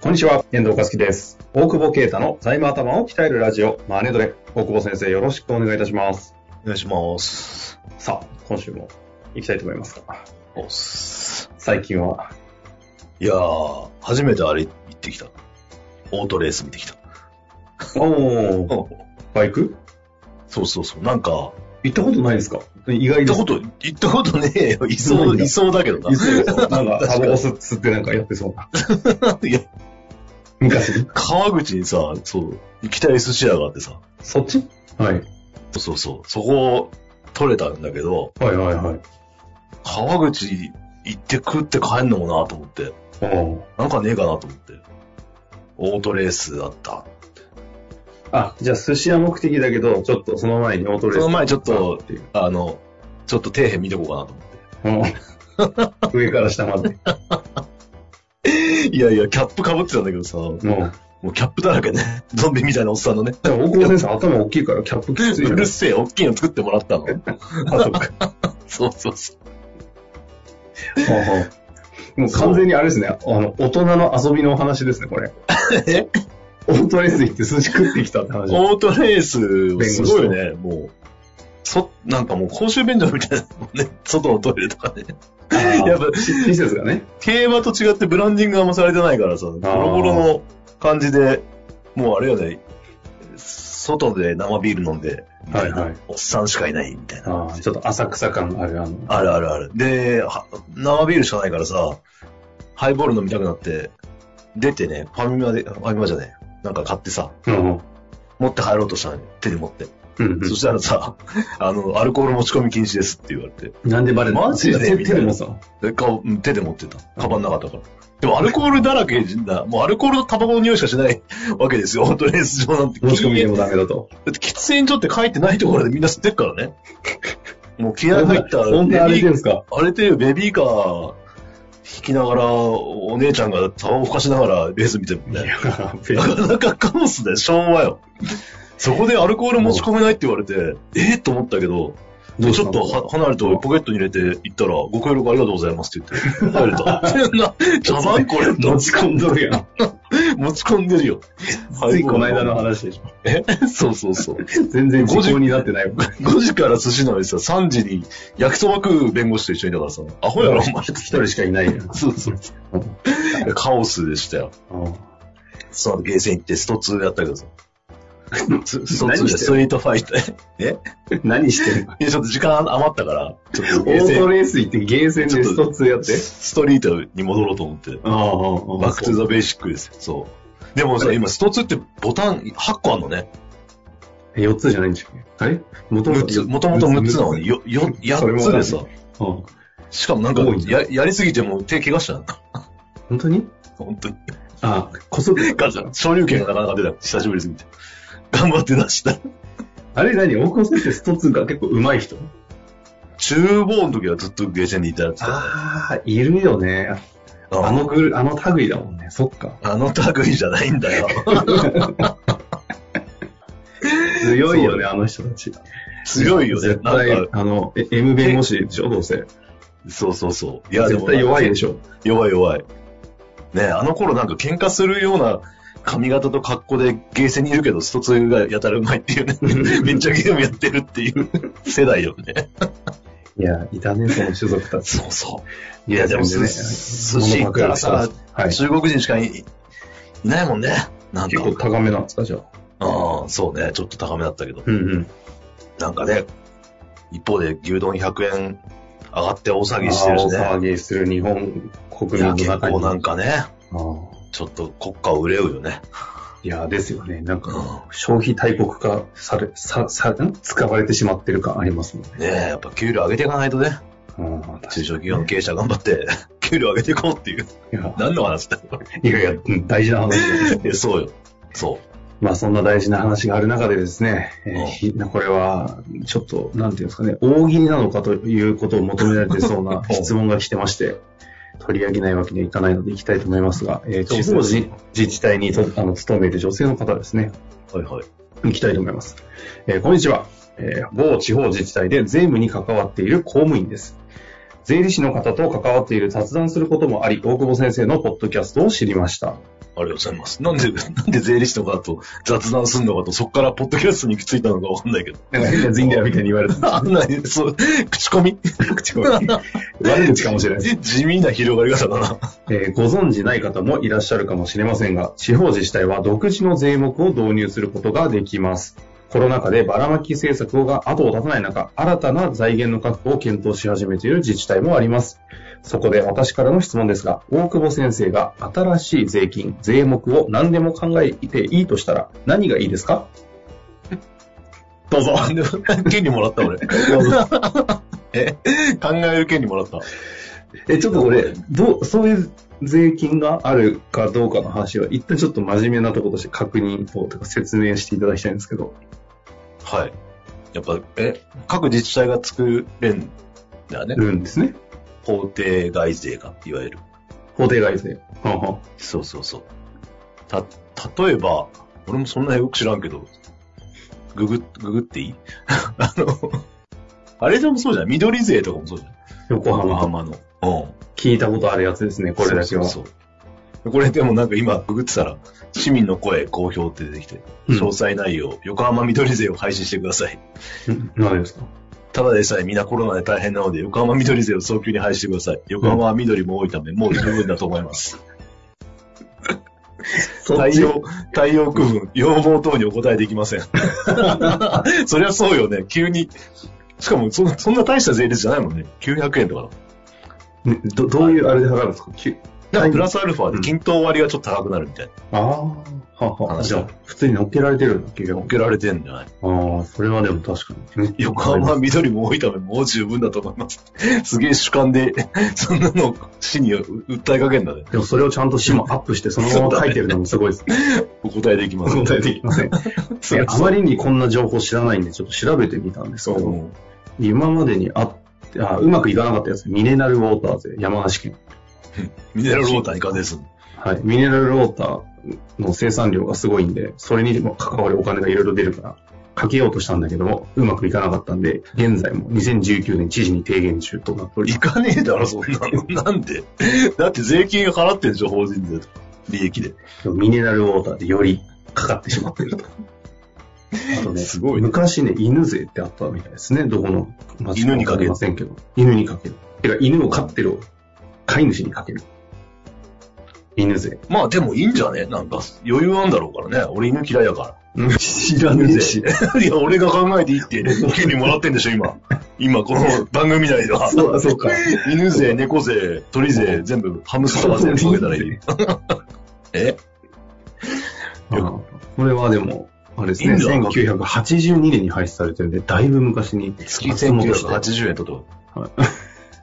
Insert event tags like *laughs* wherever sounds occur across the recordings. こんにちは、遠藤和樹です。大久保啓太の財務頭を鍛えるラジオ、マネドレ。大久保先生、よろしくお願いいたします。お願いします。さあ、今週も行きたいと思いますが、おっす最近は、いやー、初めてあれ行ってきた。オートレース見てきた。おー、バイクそうそうそう。なんか、行ったことないですか意行外っでたす。こと、行ったことねえよ。いそないんう、だいそうだけどな。いつもなんか、確かタにバコ吸吸ってなんかやってそうな。いや、昔川口にさ、そう、行きたい寿司屋があってさ、そっちはい。そうそうそう、そこ取れたんだけど、はいはいはい。川口行って食って帰んのもなと思って、おーなんかねえかなと思って。オートレースだった。あ、じゃあ寿司屋目的だけど、ちょっとその前にオートレース。その前ちょっとっていう。あの、ちょっと底辺見てこうかなと思って。うん上から下まで。 *laughs* いやいや、キャップ被ってたんだけどさ、もうんうキャップだらけね。 *laughs* ゾンビみたいなおっさんのね。でも大久保先生頭大きいからキャップきうついよ。るせえ、大きいの作ってもらった *laughs* の。あそっかそうそうそう。 *laughs* もう完全にあれですね、あの、大人の遊びのお話ですね、 *laughs* これ。えオートレース行って寿司食ってきたって話。オートレース、すごいね、もう。そ、なんかもう公衆便所みたいなのね、 *laughs* 外のトイレとかね。ややっっぱぱ、し施設がね。競馬と違ってブランディングがあんまされてないからさ、ボロボロの感じで、もうあれよね、外で生ビール飲んで、みたいなはいはいおっさんしかいない、みたいな。ああ、ちょっと浅草感ある、あの、あるあるある。で、は生ビールしかないからさ、ハイボール飲みたくなって、出てね、ファミマで、ファミマじゃねえ。なんか買ってさ、うん。持って入ろうとしたのに、手に持って。うんそした *laughs* らさ、あの、アルコール持ち込み禁止ですって言われて。なんでバレたマジで手みたいなでもさ。でかうん手で持ってた。カバンなかったから。でもアルコールだらけだ。もうアルコールとタバコの匂いしかしない *laughs* わけですよ。本当レース場なんて。持ち込みでもダメだと。だって喫煙所って書いてないところでみんな吸ってっか *laughs* らね。もう気合入った。そんなあれてるんですかあれてるベビーカー引きながら、お姉ちゃんがタバコふかしながらレース見てるいね。別なにかなかカオスだよ、昭和よ。そこでアルコール持ち込めないって言われて、えー、と思ったけど、どうちしたょのっとは離れてポケットに入れて行ったら、ご協力ありがとうございますって言って、入れた。な、茶番これ、持ち込んどるやん。持ち込んでるよ。ついこの間の話でしょ。えそうそうそう。全然時効になってないわ。 5時から寿司なのにさ、3時に焼きそば食う弁護士と一緒にいたからさ、アホやろ、お *laughs* 前。一人しかいないやん。そうそうそう。カオスでしたよ。その後ゲーセン行ってスト2やったけどさ。 *laughs* ススト2何でしてストリートファイター。え何してんのいやちょっと時間余ったから、ちょっとオゲーーセトン、レース行ってゲーセンでスト2やって。ストリートに戻ろうと思って。ああ、ババックトゥザベーシックですよ。そう。でもさ、今スト2ってボタン8個あんのね。え4つじゃないんじゃん。あれもと6つ、もともと6つなのに、よ、よ、それもわ8つかんないでさ。本しかもなんか多い、ねや、やりすぎてもう手怪我しちゃう。当に本当に。あ、こそ *laughs* っガチャ、昇竜拳がなかなか出た。久しぶりすぎて。頑張って出した。あれ何大久保先生スト2が結構上手い人厨房の時はずっとゲーセンにいたやつ。ああ、いるよね。あのグル、あの類だもんね。そっか。あの類じゃないんだよ。強いよそうね、だあの人たち。強いよね。絶な対ん、か、あの、え M 弁護士でしょ、どうせ。そうそうそう。いや、で絶も対弱いでしょ。弱い弱い。ねあの頃なんか喧嘩するような髪型と格好でゲーセンにいるけど、スト2がやたらうまいっていうね。 *laughs* めっちゃゲームやってるっていう世代よね。いや、いたね、その種族たち。そうそう。いいやや、でも、全然ねす寿司行ったらさ、はい。中国人しかいいないもんね。なんだ結構高めなんですか、じゃあ。ああ、そうね。ちょっと高めだったけど。うんうん。なんかね、一方で牛丼100円上がって大騒大ぎしてるしね。騒ぎする日本国い民のや中結に。構なんかね、あーちょっと国家を憂うよね。いやーですよね。なんか、消費大国化され、さ、さ、ん使われてしまってる感ありますもんね。ねえ、やっぱ給料上げていかないとね、うん、確か中小企業の経営者頑張って、 *laughs* 給料上げていこうっていう。にいや何の話だよ。いやいや、うん大事な話です *laughs* いやそうよ。そまあそんな大事な話がある中でですね、えーうんひこれは、ちょっと、なんていうんですかね、大喜利なのかということを求められてそうな質問が来てまして、取り上げないわけにはいかないのでいきたいと思いますが、えーそう地方自自治体にとあの勤める女性の方ですね、う。はいはい。いきたいと思います。えーこんにちは、えー某地方自治体で税務に関わっている公務員です。税理士の方と関わっている雑談することもあり、大久保先生のポッドキャストを知りました。ありがとうございます。なんで、なんで税理士とかと雑談すんのかと、そこからポッドキャストに行き着いたのかわかんないけど。なんか変な人だよみたいに言われた。あんなに、そう、口コミ口コミ悪口かもしれない。 *laughs* 地味な広がり方だな。えーご存知ない方もいらっしゃるかもしれませんが、地方自治体は独自の税目を導入することができます。コロナ禍でばらまき政策が後を絶たない中、新たな財源の確保を検討し始めている自治体もあります。そこで私からの質問ですが、大久保先生が新しい税金、税目を何でも考えていいとしたら何がいいですかどうぞ。あでも権利もらった俺。どうぞえ、考える権利もらった。え、ちょっと俺、どう、そういう税金があるかどうかの話は、一旦ちょっと真面目なところとして確認を、とか説明していただきたいんですけど。はい。やっぱ、え、各自治体が作れんだよね。るんですね。法定外税が、いわゆる。法定外税。はんはんそうそうそう。た、例えば、俺もそんなよく知らんけど、ググ、ググってい *laughs* いあの、あれでもそうじゃない緑税とかもそうじゃない横浜浜の。うん。聞いたことあるやつですね、これだけは。そうそうそうこれでもなんか今ググってたら、市民の声公表って出てきて、うん詳細内容、横浜緑税を廃止してください。うん何ですかただでさえみんなコロナで大変なので、横浜緑税を早急に廃止してください。横浜は緑も多いため、もう十分だと思います。そっ対ち応、対応区分、要望等にお答えで *laughs* きません。そりゃそうよね、急に。しかもそんな、そんな大した税率じゃないもんね。900円とかだもんねどどういうあれで測るんですかきゅだからプラスアルファで均等割がちょっと高くなるみたいな。ああ、はんはん。話じゃあ、普通に乗っけられてるんだ、結局。受けられてんじゃないああ、それはでも確か *laughs* に。横浜は緑も多いためもう十分だと思います。 *laughs* すげえ主観で、 *laughs* そんなのを市に訴えかけんだね。でもそれをちゃんと市もアップして、そのまま書いてるのもすごい *laughs* ですね。お答えできます。答えできません。そういやあまりにこんな情報知らないんで、ちょっと調べてみたんですそけど、う。今までにあって、あうまくいかなかったやつ、ミネラルウォーターで、山梨県。ミネラルウォーターに関係する。はい。ミネラルウォーターの生産量がすごいんで、それにも関わるお金がいろいろ出るから、かけようとしたんだけども、うまくいかなかったんで、現在も2019年知事に提言中となっており行かねえだろ、そんなの。なんでだって税金払ってんでしょ、法人税とか。利益で。ミネラルウォーターでよりかかってしまってい *laughs* ると。あとね、すごいね昔ね、犬税ってあったみたいですね。どこの町犬にかけわりるませんけど。犬にかける。てか、犬を飼ってる飼い主にかける。犬税。まあでもいいんじゃねなんか余裕あんだろうからね。俺犬嫌いやか知らら。ねえぜし。 *laughs* いや、俺が考えていいって、権利もらってんでしょ、今。今、この番組内では。そうそうか。 *laughs* 犬税、猫税、鳥税、全部ハムスター税にかけたらいい。えあーこれはでも、あれですね、いいんだ1982年に廃止されてるんで、だいぶ昔に月松本市で1980円とと。は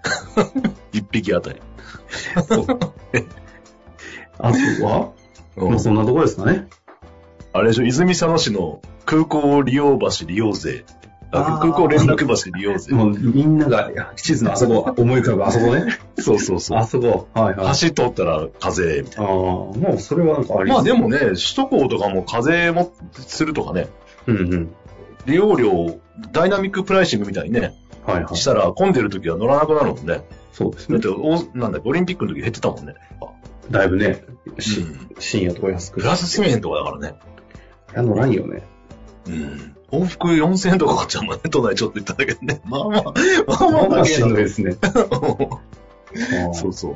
*laughs* 一匹あたり。あとは、まあそんなところですかね。あれでしょ、泉佐野市の空港利用橋利用税。あーあ空港連絡橋利用税。もうみんながいや地図のあそこ、思い浮かぶあそこね。そうそうそ *laughs* うあ。そこ。はいはい。橋通ったら課税みたいああ、もうそれはなんかあな。りまあでも、もね、首都高とかも課税もするとかね、うんうん。利用料、ダイナミックプライシングみたいにね、はいはい。したら混んでる時は乗らなくなるもんね。そうですだっね。て、おなんだっけオリンピックの時減ってたもんね。だいぶね、しうん深夜とか安く。プいやラス1000円とかだからね。乗らんよね。うん。往復4000円とかかかっちゃうもんね。都内ちょっと行っただけでね。まあまあ、まあまあまあだけしんだどいです *laughs* ね。そそうう *laughs* そう。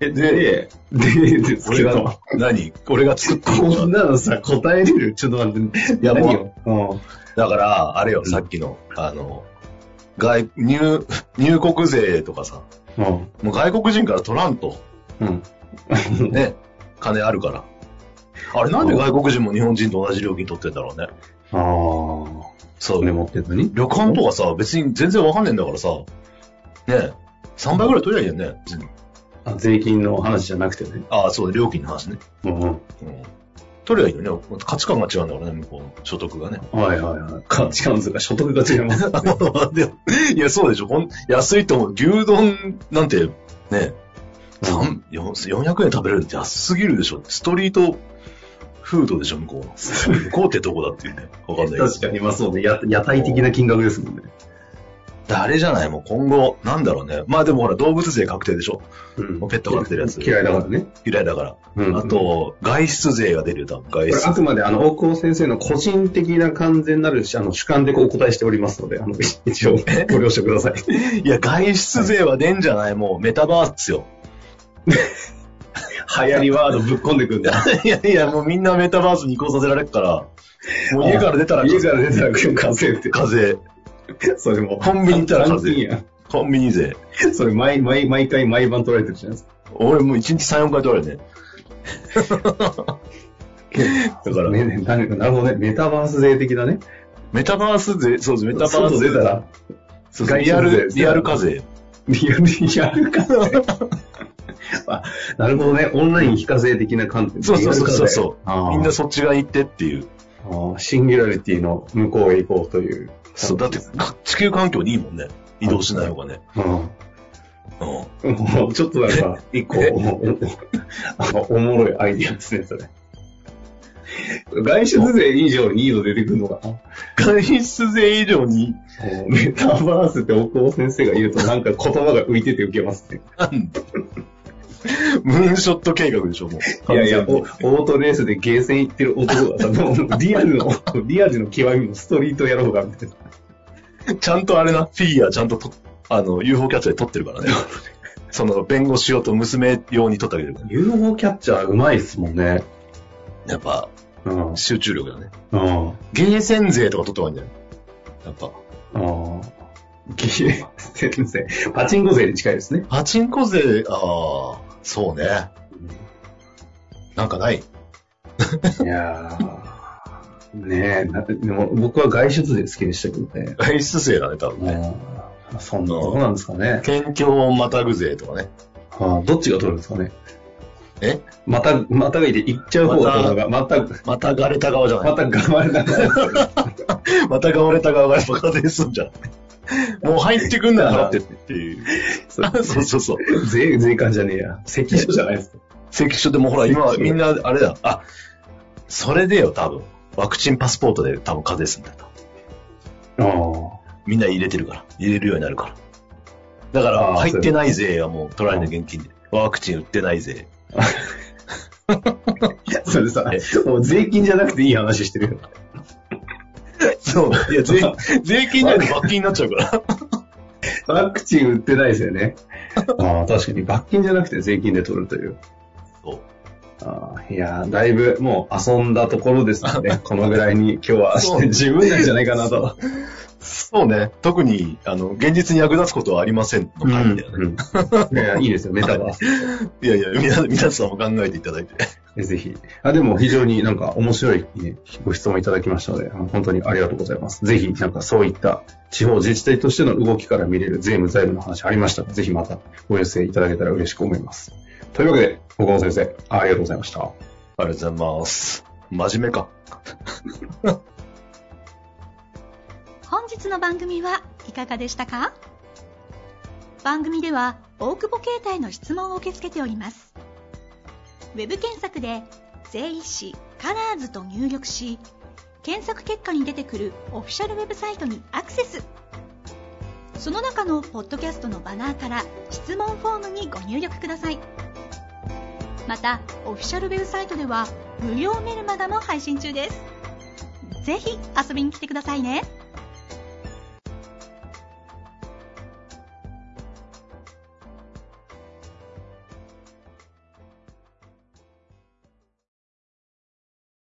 え、で、で、です俺けどが、何俺が作っていい *laughs* こんのかなのさ、答えれるちょっと待って。いやもう何ようん。だから、あれよ、うんさっきの、あの、外、入、入国税とかさ、うん。もう外国人から取らんと、うん。ね、金あるから。あれなんで外国人も日本人と同じ料金取ってんだろうね。ああ。そう。ね、持ってんのに旅館とかさ、別に全然わかんねえんだからさ、ねえ、3倍ぐらい取りゃいいよね。あ税金の話じゃなくてね。ああ、そうだ、料金の話ね。うんうん。うん。取りゃいいよね。価値観が違うんだからね、向こうの所得 *laughs* がね。はいはいはい。価値観とか所得が違います。 *laughs* でもいや、そうでしょ。こん安いと思う。牛丼なんて、ね、三四400円食べれるって安すぎるでしょ。ストリートフードでしょ、向こう *laughs* の。向こうってどこだっていうね。わかんないけど。確かに、まあそうね。や屋台的な金額ですもんね。あれじゃない、もう今後、なんだろうね。まあでもほら、動物税確定でしょ。うんペット飼ってるやつ嫌いだからね。嫌いだから。うんあと、外出税が出るよ、多分。外これあ出。くまであの、大久保先生の個人的な完全なるあの主観でこうお答えしておりますので、あの、一応ご了承ください。いや、外出税は出んじゃない、もう、メタバー *laughs* スよ。流行りワードぶっ込んでくんだ。いやいや、もうみんなメタバースに移行させられるから。もう家から出たら家から出たら稼い *laughs* って。風邪。それも。コンビニ行ったら単風品邪。や。コンビニ税。それ毎、毎、毎回毎晩取られてるじゃないですか。俺もう1日3、4回取られるね。だから、ね、ねなんかなるほどね。メタバース税的なね。メタバース税、そうです、メタバー外出スた。税ら、そうそうリアル、リアル課風税。リアル、リアル課税。 *laughs* あなるほどね。オンライン非課税的な観点。そうそうそうそうそうリアル課税あーみんなそっちが行ってっていう。あーシンギュラリティの向こうへ行こうという。そう、だって、か地球環境にいいもんね。移動しない方がね。ううん。ん。もうちょっとなんか、一個、 *laughs* えもうあのおもろいアイディアですね、それ。外出税以上にいいの出てくるのか *laughs* な外出税以上に、メタバースって大久保先生が言うとなんか言葉が浮いてて受けますね。なんだ。ムーンショット計画でしょ、もう。いやいや、完全おオにートレースでゲーセン行ってる男がさ、もうリアルの、リアルの極みのストリートやろうがみたいな。ちゃんとあれな、フィギュアちゃんとと、あの、UFO キャッチャーで撮ってるからね。その、弁護士用と娘用に撮ってあげてるからね UFO キャッチャーうまいっすもんね。やっぱ、うん。うん。集中力だね。あゲーセン税とか取ってもらうんじゃないやっぱ。あ。ゲー先生、パチンコ税に近いですね。パチンコ税、ああ、そうね。なんかない。いやー、ねえ、なでも僕は外出税好きでしたけどね。外出税だね、多分ね。もう、そんなとこなんですかね。県境をまたぐ税とかね。あーどっちが取るんですかね。えまた、またがいて行っちゃう方が取るのが、また、またがれた側じゃないまた頑張れなから。 *laughs* またがわれた側がやっぱ家庭すんじゃん。もう入ってくんなら払ってっていう。そうそうそう。税、税関じゃねえや。関所じゃないですか。関所でもほら、今みんなあれだ。あ、それでよ、多分。ワクチンパスポートで多分家庭すんだよ。多分ああ。みんな入れてるから。入れるようになるから。だから、あー入ってない税はもう取られない現金で。ワクチン売ってない税。それさ、もう税金じゃなくていい話してるよ。そう。いや、 *laughs* 税、税金じゃなくて罰金になっちゃうから。ワクチン売ってないですよね。ああ、確かに罰金じゃなくて税金で取るという。そうああ、いやー、だいぶもう遊んだところですので、 *laughs* このぐらいに今日はしそうて十分なんじゃないかなと。そうね。特に、あの、現実に役立つことはありませんのう回んだよね。いやいいですよ、メタバース。いやいや、皆 *laughs* 皆さんも考えていただいて。ぜひ。あ、でも非常になんか面白い、ね、ご質問いただきましたので、あの本当にありがとうございます。ぜひ、なんかそういった地方自治体としての動きから見れる税務財務の話ありましたら、ぜひまたご寄せいただけたら嬉しく思います。というわけで、小川先生、ありがとうございました。ありがとうございます。真面目か。本日の番組はいかがでしたか番組では大久保携帯の質問を受け付けておりますウェブ検索で「税理士カラーズと入力し検索結果に出てくるオフィシャルウェブサイトにアクセスその中のポッドキャストのバナーから質問フォームにご入力くださいまたオフィシャルウェブサイトでは無料メルマガも配信中ですぜひ遊びに来てくださいね